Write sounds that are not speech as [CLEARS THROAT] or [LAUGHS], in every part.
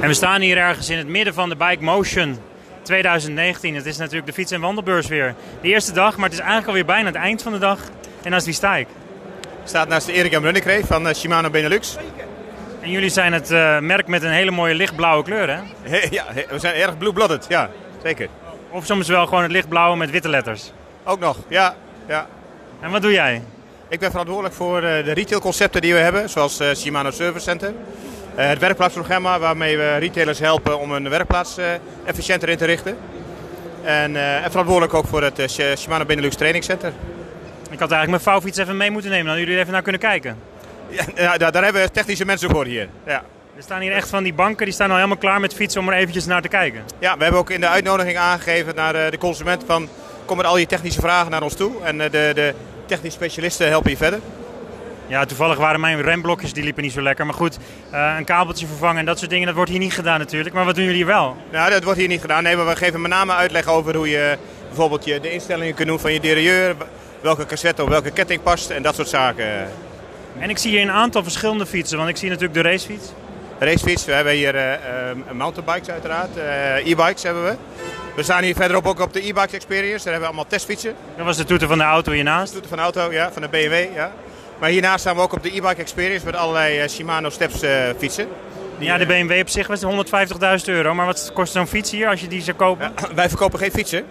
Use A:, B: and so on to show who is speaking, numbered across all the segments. A: En we staan hier ergens in het midden van de Bike Motion 2019. Het is natuurlijk de fiets- en wandelbeurs weer. De eerste dag, maar het is eigenlijk alweer bijna het eind van de dag. En naast wie sta ik?
B: Staat naast Erik en Runnekreeg van eh, Shimano Benelux.
A: En jullie zijn het eh, merk met een hele mooie lichtblauwe kleur, hè?
B: He- ja, he- we zijn erg blue-blooded, ja, zeker.
A: Of soms wel gewoon het lichtblauwe met witte letters.
B: Ook nog, ja. ja.
A: En wat doe jij?
B: Ik ben verantwoordelijk voor eh, de retailconcepten die we hebben, zoals eh, Shimano Service Center. Eh, het werkplaatsprogramma waarmee we retailers helpen om hun werkplaats eh, efficiënter in te richten. En, eh, en verantwoordelijk ook voor het eh, Sh- Shimano Benelux Training Center.
A: Ik had eigenlijk mijn vouwfiets even mee moeten nemen, dan hadden jullie even naar kunnen kijken.
B: Ja, nou, daar, daar hebben we technische mensen voor hier. Ja.
A: Er staan hier echt van die banken, die staan al helemaal klaar met fietsen om er eventjes naar te kijken.
B: Ja, we hebben ook in de uitnodiging aangegeven naar eh, de consument van kom met al je technische vragen naar ons toe. En eh, de, de technische specialisten helpen je verder.
A: Ja, toevallig waren mijn remblokjes, die liepen niet zo lekker. Maar goed, eh, een kabeltje vervangen en dat soort dingen, dat wordt hier niet gedaan natuurlijk. Maar wat doen jullie wel?
B: Nou, dat wordt hier niet gedaan. Nee, maar we geven met name uitleg over hoe je bijvoorbeeld je, de instellingen kunt doen van je derailleur. Welke cassette op welke ketting past en dat soort zaken.
A: En ik zie hier een aantal verschillende fietsen, want ik zie natuurlijk de racefiets.
B: Racefiets, we hebben hier eh, eh, mountainbikes uiteraard. eh, e-bikes hebben we. We staan hier verderop ook op de e-bikes experience. Daar hebben we allemaal testfietsen.
A: Dat was de toeter van de auto hiernaast.
B: Toeter van de auto, ja, van de BMW. Ja. Maar hiernaast staan we ook op de e-bike experience met allerlei eh, Shimano Steps eh, fietsen. Die,
A: Ja, de
B: eh,
A: BMW op zich was 150.000 euro. Maar wat kost zo'n fiets hier als je die zou kopen?
B: Ja, [CLEARS THROAT] wij verkopen geen fietsen.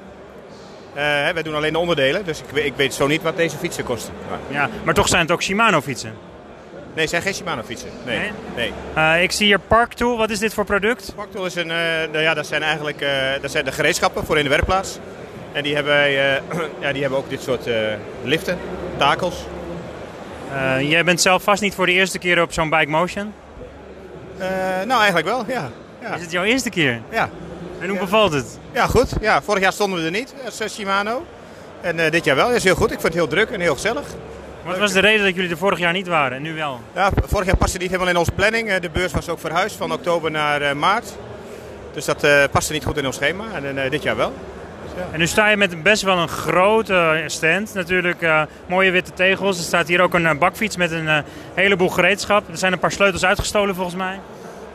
B: Eh, hè, wij doen alleen de onderdelen, dus ik, we- ik weet zo niet wat deze fietsen kosten. Maar-
A: Ja, maar toch zijn het ook Shimano fietsen.
B: nee, het zijn geen Shimano fietsen. Nee.
A: Nee?
B: nee?
A: Eh, ik zie hier Parktool. Wat is dit voor product?
B: Parktool is een, eh, nou ja, dat zijn eigenlijk eh, dat zijn de gereedschappen voor in de werkplaats. En die hebben, wij, eh, [CLEARS THROAT] ja, die hebben ook dit soort eh, liften, takels.
A: Eh, jij bent zelf vast niet voor de eerste keer op zo'n Bike Motion.
B: Eh, nou, eigenlijk wel, ja. Ja,
A: Is het jouw eerste keer?
B: ja.
A: En hoe bevalt het?
B: ja goed. Ja, vorig jaar stonden we er niet als eh, Shimano. En eh, dit jaar wel, dat is heel goed. Ik vond het heel druk en heel gezellig.
A: Wat was de reden dat jullie er vorig jaar niet waren en nu wel?
B: Ja, vorig jaar paste het niet helemaal in onze planning. Eh, De beurs was ook verhuisd van oktober naar eh, maart. Dus dat eh, paste niet goed in ons schema. En eh, dit jaar wel.
A: En nu sta je met best wel een grote stand. Natuurlijk eh, mooie witte tegels. Er staat hier ook een eh, bakfiets met een eh, heleboel gereedschap. Er zijn een paar sleutels uitgestolen volgens mij.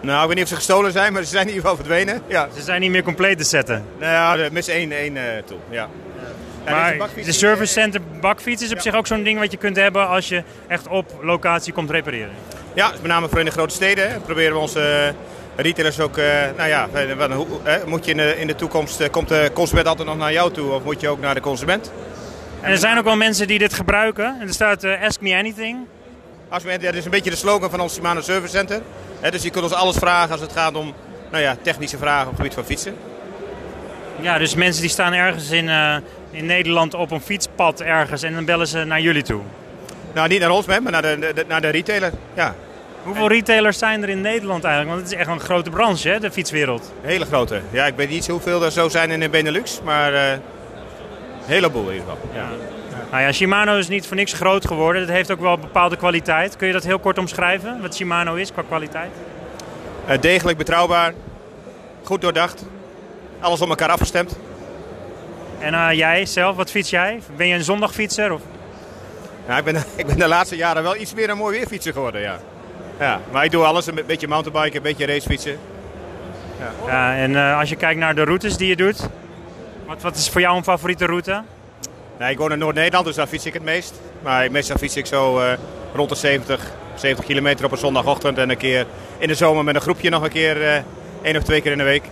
B: Nou, ik weet niet of ze gestolen zijn, maar ze zijn in ieder geval verdwenen. Ja,
A: Ze zijn niet meer compleet te zetten.
B: nou ja, er mis één, één eh, toe. Ja. Ja, dit is een
A: Maar
B: bakfiets
A: de
B: die,
A: service
B: eh,
A: center bakfiets is op zich ook zo'n ding wat je kunt hebben als je echt op locatie komt repareren.
B: Ja, met name voor in de grote steden. hè, Proberen we onze eh, retailers ook... eh, nou ja, eh, wat- hoe, hè, moet je in de, in de toekomst... eh, komt de consument altijd nog naar jou toe of moet je ook naar de consument?
A: En er zijn ook wel mensen die dit gebruiken. En er staat eh, Ask Me Anything.
B: Als we- dat is een beetje de slogan van ons Shimano Service Center. Hè, dus je kunt ons alles vragen als het gaat om nou ja, technische vragen op het gebied van fietsen.
A: Ja, dus mensen die staan ergens in, eh, in Nederland op een fietspad ergens en dan bellen ze naar jullie toe.
B: Nou, niet naar ons, maar naar de, de- de- naar de retailer. Ja,
A: Hoeveel retailers zijn er in Nederland eigenlijk? Want het is echt een grote branche, hè, de fietswereld.
B: een hele grote. Ja, ik weet niet hoeveel er zo zijn in de Benelux, maar eh, een heleboel in ieder geval. Ja.
A: Nou ja, Shimano is niet voor niks groot geworden. Het heeft ook wel bepaalde kwaliteit. Kun je dat heel kort omschrijven, wat Shimano is qua kwaliteit?
B: Eh, degelijk, betrouwbaar, goed doordacht, alles op elkaar afgestemd.
A: En eh, jij zelf, wat fiets jij? Ben je een zondagfietser? Of...
B: Ja, ik, ben, ik ben de [LAUGHS] laatste jaren wel iets meer een mooi weerfietser geworden, ja. ja. Maar ik doe alles, een beetje mountainbiken, een beetje racefietsen.
A: Ja, en eh, als je kijkt naar de routes die je doet, wat, wat is voor jou een favoriete route?
B: Nee, ik woon in Noord-Nederland, dus daar fiets ik het meest. Maar meestal fiets ik zo eh, rond de 70, 70 kilometer op een zondagochtend. En een keer in de zomer met een groepje nog een keer, eh, één of twee keer in de week.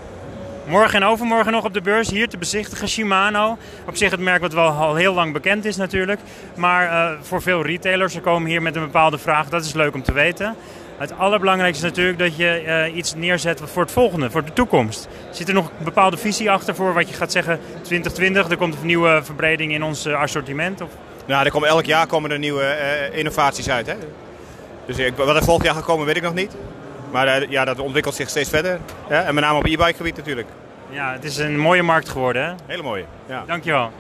A: Morgen en overmorgen nog op de beurs hier te bezichtigen Shimano. Op zich het merk wat wel al heel lang bekend is natuurlijk. Maar eh, voor veel retailers, ze komen hier met een bepaalde vraag. Dat is leuk om te weten. Het allerbelangrijkste is natuurlijk dat je eh, iets neerzet voor het volgende, voor de toekomst. Zit er nog een bepaalde visie achter voor wat je gaat zeggen 2020? Er komt een nieuwe verbreding in ons eh, assortiment? Of...
B: Nou, er komen, elk jaar komen er nieuwe eh, innovaties uit. Hè? Dus ik, wat er volgend jaar gaat komen, weet ik nog niet. Maar eh, ja, dat ontwikkelt zich steeds verder. Ja? En met name op e-bike gebied natuurlijk.
A: Ja, het is een mooie markt geworden. Hè?
B: Hele mooie. Ja.
A: Dankjewel.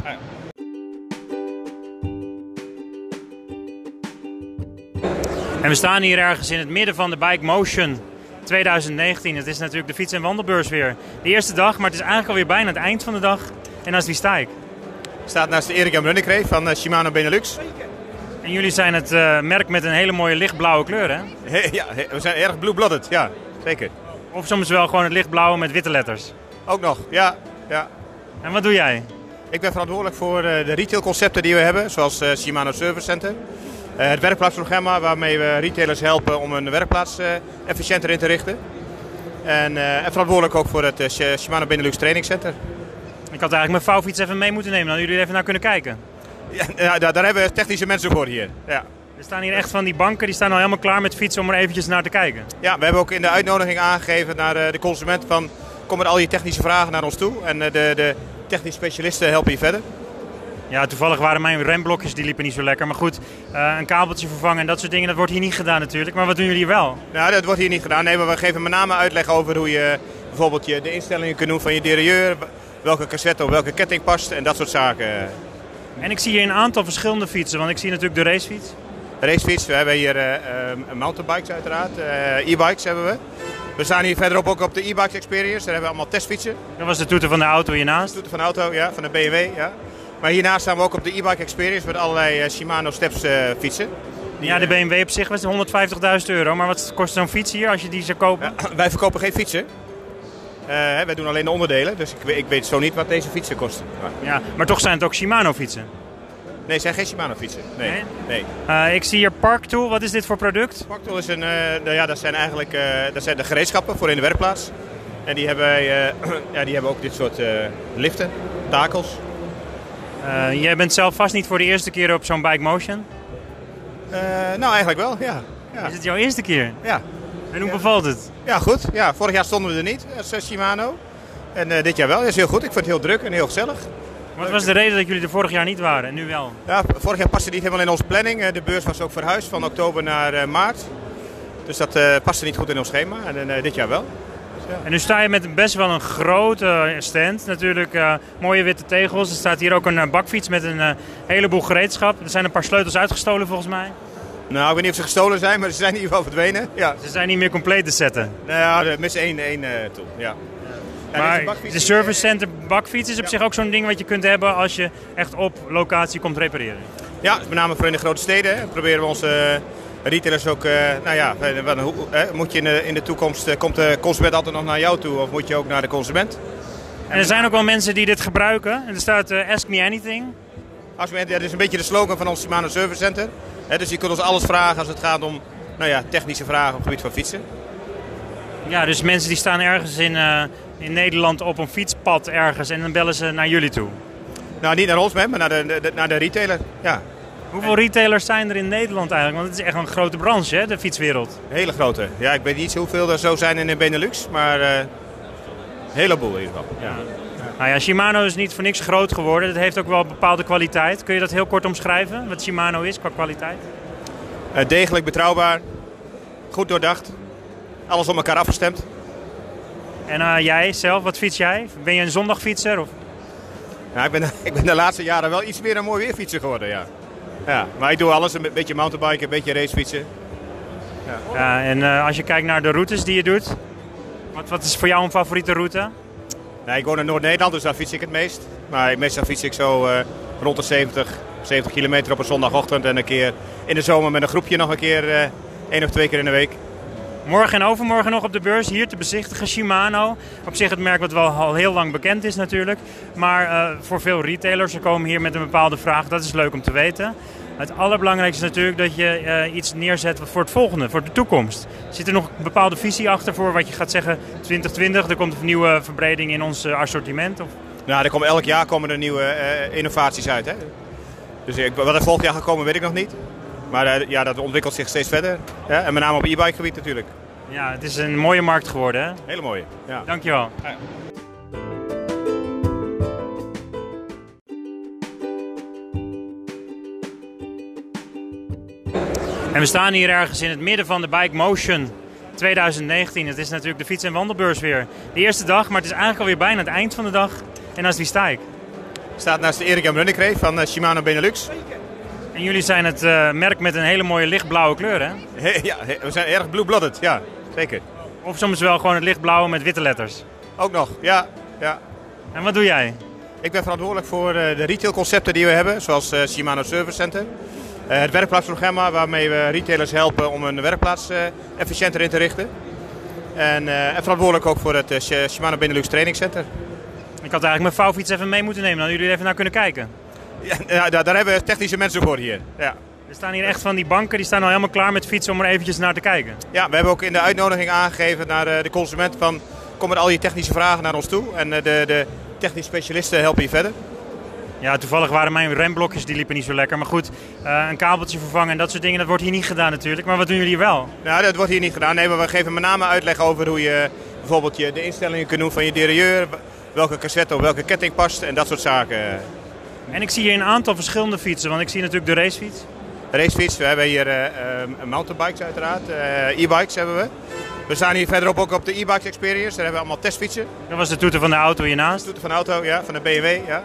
A: En we staan hier ergens in het midden van de Bike Motion 2019. Het is natuurlijk de fiets- en wandelbeurs weer. De eerste dag, maar het is eigenlijk alweer bijna het eind van de dag. En naast wie sta ik?
B: Staat naast Erik en Runnekreeg van eh, Shimano Benelux.
A: En jullie zijn het eh, merk met een hele mooie lichtblauwe kleur, hè?
B: He- ja, he- we zijn erg blue-blooded, ja. Zeker.
A: Of soms wel gewoon het lichtblauwe met witte letters.
B: Ook nog, ja. ja.
A: En wat doe jij?
B: Ik ben verantwoordelijk voor eh, de retailconcepten die we hebben, zoals eh, Shimano Service Center. Eh, het werkplaatsprogramma waarmee we retailers helpen om hun werkplaats eh, efficiënter in te richten. En, eh, en verantwoordelijk ook voor het eh, Shi- Shimano Benelux Training Center.
A: Ik had eigenlijk mijn vouwfiets even mee moeten nemen, dan hadden jullie er even naar kunnen kijken.
B: Ja, ja, daar, daar hebben we technische mensen voor hier. Ja.
A: Er staan hier echt van die banken, die staan al helemaal klaar met fietsen om er eventjes naar te kijken.
B: ja, we hebben ook in de uitnodiging aangegeven naar eh, de consument van kom met al je technische vragen naar ons toe. En eh, de, de technisch specialisten helpen je verder.
A: Ja, toevallig waren mijn remblokjes, die liepen niet zo lekker. Maar goed, eh, een kabeltje vervangen en dat soort dingen, dat wordt hier niet gedaan natuurlijk. Maar wat doen jullie wel?
B: Nou, dat wordt hier niet gedaan. Nee, maar we geven met name uitleg over hoe je bijvoorbeeld je, de instellingen kunt doen van je derailleur. Welke cassette op welke ketting past en dat soort zaken.
A: En ik zie hier een aantal verschillende fietsen, want ik zie natuurlijk de racefiets.
B: Racefiets, we hebben hier eh, eh, mountainbikes uiteraard. eh, e-bikes hebben we. We staan hier verderop ook op de e-bikes experience. Daar hebben we allemaal testfietsen.
A: Dat was de toeter van de auto hiernaast.
B: Toeter van de auto, ja, van de BMW. Ja. Maar hiernaast staan we ook op de e-bike experience met allerlei eh, Shimano steps eh, fietsen. [CLEARS THROAT] Die,
A: Ja, de
B: eh,
A: BMW op zich was 150.000 euro. Maar wat kost zo'n fiets hier als je die zou kopen?
B: ja, wij verkopen geen fietsen. Eh, hè, wij doen alleen de onderdelen, dus ik, we- ik weet zo niet wat deze fietsen kosten. Maar-
A: Ja, maar toch zijn het ook Shimano fietsen.
B: Nee, het zijn geen Shimano fietsen. Nee.
A: Nee?
B: nee?
A: Eh, ik zie hier Parktool. Wat is dit voor product?
B: Pactol is een, eh, nou ja, dat zijn eigenlijk eh, dat zijn de gereedschappen voor in de werkplaats. En die hebben, wij, eh, [CLEARS THROAT] ja, die hebben ook dit soort eh, liften, takels.
A: Eh, jij bent zelf vast niet voor de eerste keer op zo'n Bike Motion.
B: Eh, nou, eigenlijk wel, ja. Ja,
A: Is het jouw eerste keer?
B: ja.
A: En hoe bevalt het?
B: ja goed. Ja, vorig jaar stonden we er niet als eh, Shimano. En eh, dit jaar wel. Dat is heel goed. Ik vond het heel druk en heel gezellig.
A: Wat was de reden dat jullie er vorig jaar niet waren en nu wel?
B: Ja, vorig jaar paste het niet helemaal in onze planning. Eh, De beurs was ook verhuisd van oktober naar eh, maart. Dus dat eh, paste niet goed in ons schema. En eh, dit jaar wel.
A: En nu sta je met best wel een grote stand. Natuurlijk eh, mooie witte tegels. Er staat hier ook een eh, bakfiets met een eh, heleboel gereedschap. Er zijn een paar sleutels uitgestolen volgens mij.
B: Nou, ik weet niet of ze gestolen zijn, maar ze zijn in ieder geval verdwenen. Ja.
A: Ze zijn niet meer compleet te zetten.
B: Nou ja, er mis één, één eh, toe. Ja. Ja, deze
A: Maar
B: bakfiets
A: de
B: die,
A: service
B: eh,
A: center bakfiets is op
B: Ja.
A: zich ook zo'n ding wat je kunt hebben als je echt op locatie komt repareren.
B: eh, Ja, met name voor in de grote steden. hè, Proberen we onze eh, retailers ook. eh, nou ja, eh, wat- hoe, hè, moet je in de, in de toekomst. eh, komt de consument altijd nog naar jou toe of moet je ook naar de consument?
A: En er zijn ook wel mensen die dit gebruiken. En er staat eh, Ask Me Anything.
B: Als we, dat is een beetje de slogan van ons Shimano Service Center. Hè, dus je kunt ons alles vragen als het gaat om nou ja, technische vragen op het gebied van fietsen.
A: Ja, dus mensen die staan ergens in, eh, in Nederland op een fietspad ergens en dan bellen ze naar jullie toe.
B: Nou, niet naar ons, hè, maar naar de, de- de- naar de retailer. Ja,
A: Hoeveel retailers zijn er in Nederland eigenlijk? Want het is echt een grote branche, hè, de fietswereld.
B: een hele grote. Ja, ik weet niet hoeveel er zo zijn in de Benelux, maar eh, een heleboel in ieder geval. Ja.
A: Nou ja, Shimano is niet voor niks groot geworden. Het heeft ook wel bepaalde kwaliteit. Kun je dat heel kort omschrijven, wat Shimano is qua kwaliteit?
B: Eh, degelijk, betrouwbaar, goed doordacht, alles op elkaar afgestemd.
A: En eh, jij zelf, wat fiets jij? Ben je een zondagfietser? Of...
B: Ja, ik, ben, ik ben de [LAUGHS] laatste jaren wel iets meer een mooi weerfietser geworden, ja. ja. Maar ik doe alles, een beetje mountainbiken, een beetje racefietsen.
A: Ja, en eh, als je kijkt naar de routes die je doet, wat, wat is voor jou een favoriete route?
B: Nee, ik woon in Noord-Nederland, dus daar fiets ik het meest. Maar meestal fiets ik zo eh, rond de 70, 70 kilometer op een zondagochtend. En een keer in de zomer met een groepje nog een keer, eh, één of twee keer in de week.
A: Morgen en overmorgen nog op de beurs hier te bezichtigen Shimano. Op zich het merk wat wel al heel lang bekend is natuurlijk. Maar eh, voor veel retailers, ze komen hier met een bepaalde vraag. Dat is leuk om te weten. Het allerbelangrijkste is natuurlijk dat je eh, iets neerzet voor het volgende, voor de toekomst. Zit er nog een bepaalde visie achter voor wat je gaat zeggen 2020? Er komt een nieuwe verbreding in ons eh, assortiment? Of...
B: Nou, er komen, elk jaar komen er nieuwe eh, innovaties uit. Hè? Dus ik, wat er volgend jaar gaat komen, weet ik nog niet. Maar eh, ja, dat ontwikkelt zich steeds verder. Ja? En met name op e-bike gebied natuurlijk.
A: Ja, het is een mooie markt geworden. Hè?
B: Hele mooie. Ja.
A: Dankjewel. En we staan hier ergens in het midden van de Bike Motion 2019. Het is natuurlijk de fiets- en wandelbeurs weer. De eerste dag, maar het is eigenlijk alweer bijna het eind van de dag. En als die sta ik.
B: Staat naast de Erik M. Runnekree van eh, Shimano Benelux. [LAUGHS]
A: En jullie zijn het eh, merk met een hele mooie lichtblauwe kleur, hè?
B: He- ja, he- we zijn erg blue-blooded, ja, zeker.
A: Of soms wel gewoon het lichtblauwe met witte letters.
B: Ook nog, ja. ja.
A: En wat doe jij?
B: Ik ben verantwoordelijk voor eh, de retailconcepten die we hebben, zoals eh, Shimano Service Center. Eh, het werkplaatsprogramma waarmee we retailers helpen om hun werkplaats eh, efficiënter in te richten. En, eh, en verantwoordelijk ook voor het eh, Sh- Shimano Benelux Training Center. [LAUGHS]
A: Ik had eigenlijk mijn vouwfiets even mee moeten nemen, dan jullie er even naar kunnen kijken.
B: Ja, ja, daar, daar hebben we technische mensen voor hier. Ja.
A: Er staan hier echt van die banken, die staan al helemaal klaar met fietsen om er eventjes naar te kijken.
B: ja, we hebben ook in de uitnodiging aangegeven naar eh, de consument van kom met al je technische vragen naar ons toe. En eh, de, de technische specialisten helpen je verder.
A: Ja, toevallig waren mijn remblokjes, die liepen niet zo lekker. Maar goed, eh, een kabeltje vervangen en dat soort dingen, dat wordt hier niet gedaan natuurlijk. Maar wat doen jullie hier wel?
B: Nou, dat wordt hier niet gedaan. Nee, maar we geven met name uitleg over hoe je eh, bijvoorbeeld je, de instellingen kunt doen van je derailleur. Welke cassette op welke ketting past en dat soort zaken.
A: En ik zie hier een aantal verschillende fietsen, want ik zie natuurlijk de racefiets.
B: Racefiets, we hebben hier eh, eh, mountainbikes uiteraard. eh, e-bikes hebben we. We staan hier verderop ook op de e-bikes experience. Daar hebben we allemaal testfietsen.
A: Dat was de toeter van de auto hiernaast.
B: Toeter van de auto, ja, van de BMW. Ja.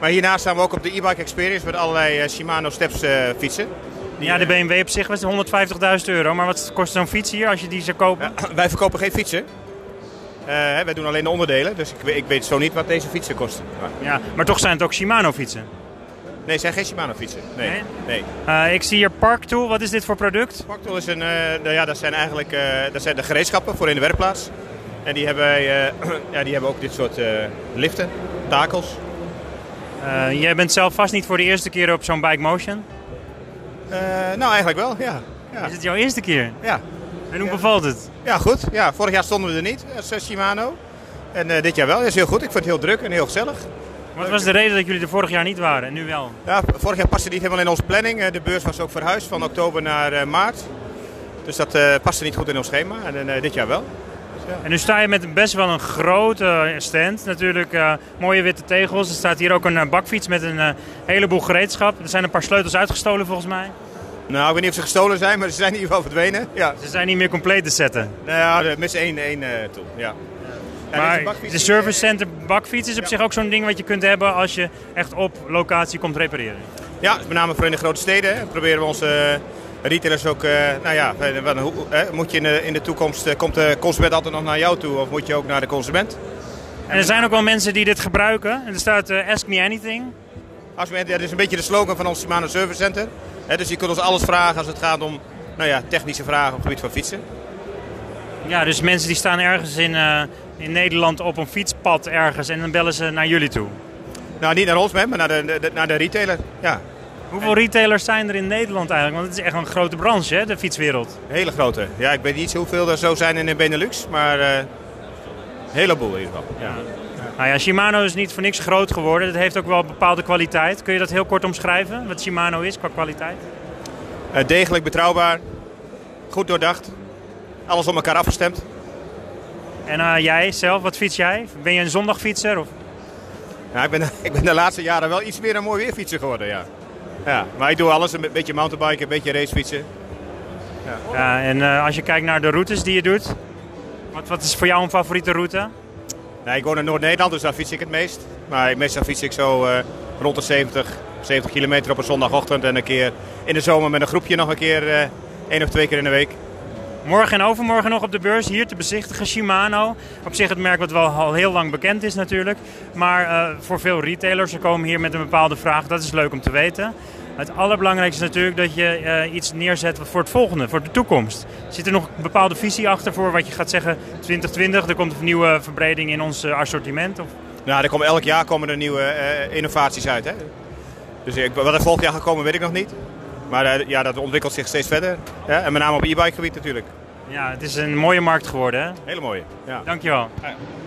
B: Maar hiernaast staan we ook op de e-bike experience met allerlei eh, Shimano Steps eh, fietsen.
A: Ja, de BMW op zich was 150.000 euro. Maar wat kost zo'n fiets hier als je die zou kopen?
B: Ja, [CLEARS THROAT] wij verkopen geen fietsen. Eh, hè, wij doen alleen de onderdelen, dus ik, we- ik weet zo niet wat deze fietsen kosten. Maar-
A: Ja, maar toch zijn het ook Shimano fietsen.
B: nee, het zijn geen Shimano fietsen.
A: Nee?
B: Nee. nee.
A: Eh, ik zie hier Parktool, wat is dit voor product?
B: Pactol is een, eh, nou ja, dat zijn eigenlijk eh, dat zijn de gereedschappen voor in de werkplaats. En die hebben, wij, eh, [CLEARS THROAT] ja, die hebben ook dit soort eh, liften, takels.
A: Eh, jij bent zelf vast niet voor de eerste keer op zo'n Bike Motion.
B: Eh, nou, eigenlijk wel, ja. Ja,
A: Is het jouw eerste keer?
B: ja.
A: En hoe bevalt het?
B: ja goed. Ja, vorig jaar stonden we er niet als eh, Shimano. En eh, dit jaar wel. Dat is heel goed. Ik vond het heel druk en heel gezellig.
A: Wat was de reden dat jullie er vorig jaar niet waren en nu wel?
B: Ja, vorig jaar paste het niet helemaal in onze planning. Eh, De beurs was ook verhuisd van oktober naar eh, maart. Dus dat eh, paste niet goed in ons schema. En eh, dit jaar wel.
A: En nu sta je met best wel een grote stand. Natuurlijk eh, mooie witte tegels. Er staat hier ook een eh, bakfiets met een eh, heleboel gereedschap. Er zijn een paar sleutels uitgestolen volgens mij.
B: Nou, ik weet niet of ze gestolen zijn, maar ze zijn in ieder geval verdwenen. Ja,
A: Ze zijn niet meer compleet te zetten.
B: nou ja, er mis één, één eh, toe. Ja. Ja, dit is een
A: Maar
B: bakfiets
A: de
B: die,
A: service
B: eh,
A: center bakfiets is op zich ook zo'n ding wat je kunt hebben als je echt op locatie komt repareren.
B: Ja, met name voor in de grote steden. hè, Proberen we onze eh, retailers ook. eh, nou ja, eh, wat- hoe, hè, moet je in de, in de toekomst. eh, komt de consument altijd nog naar jou toe of moet je ook naar de consument?
A: En er zijn ook wel mensen die dit gebruiken. En er staat eh, Ask Me Anything.
B: Als we, dat is een beetje de slogan van ons Shimano Service Center. Hè, dus je kunt ons alles vragen als het gaat om nou ja, technische vragen op het gebied van fietsen.
A: Ja, dus mensen die staan ergens in, eh, in Nederland op een fietspad ergens en dan bellen ze naar jullie toe.
B: Nou, niet naar ons, hè, maar naar de, de- de- naar de retailer. Ja,
A: Hoeveel retailers zijn er in Nederland eigenlijk? Want het is echt een grote branche, hè, de fietswereld.
B: een hele grote. Ja, ik weet niet hoeveel er zo zijn in de Benelux, maar eh, een heleboel in ieder geval. Ja.
A: Nou ja, Shimano is niet voor niks groot geworden. Het heeft ook wel bepaalde kwaliteit. Kun je dat heel kort omschrijven, wat Shimano is qua kwaliteit?
B: Eh, degelijk, betrouwbaar, goed doordacht, alles op elkaar afgestemd.
A: En eh, jij zelf, wat fiets jij? Ben je een zondagfietser? Of?
B: Ja, ik, ben, ik ben de [LAUGHS] laatste jaren wel iets meer een mooi weerfietser geworden, ja. ja. Maar ik doe alles, een beetje mountainbiken, een beetje racefietsen.
A: Ja, en eh, als je kijkt naar de routes die je doet, wat, wat is voor jou een favoriete route?
B: Nee, ik woon in Noord-Nederland, dus daar fiets ik het meest. Maar meestal fiets ik zo eh, rond de 70, 70 kilometer op een zondagochtend. En een keer in de zomer met een groepje nog een keer, eh, één of twee keer in de week.
A: Morgen en overmorgen nog op de beurs hier te bezichtigen Shimano. Op zich het merk wat wel al heel lang bekend is natuurlijk. Maar eh, voor veel retailers, ze komen hier met een bepaalde vraag. Dat is leuk om te weten. Het allerbelangrijkste is natuurlijk dat je eh, iets neerzet voor het volgende, voor de toekomst. Zit er nog een bepaalde visie achter voor wat je gaat zeggen 2020? Er komt een nieuwe verbreding in ons eh, assortiment? Of...
B: Nou, er komen, elk jaar komen er nieuwe eh, innovaties uit. Hè? Dus ik, wat er volgend jaar gaat komen, weet ik nog niet. Maar eh, ja, dat ontwikkelt zich steeds verder. Ja? En met name op e-bike gebied natuurlijk.
A: Ja, het is een mooie markt geworden. Hè?
B: Hele mooie. Ja.
A: Dankjewel.
B: Ja.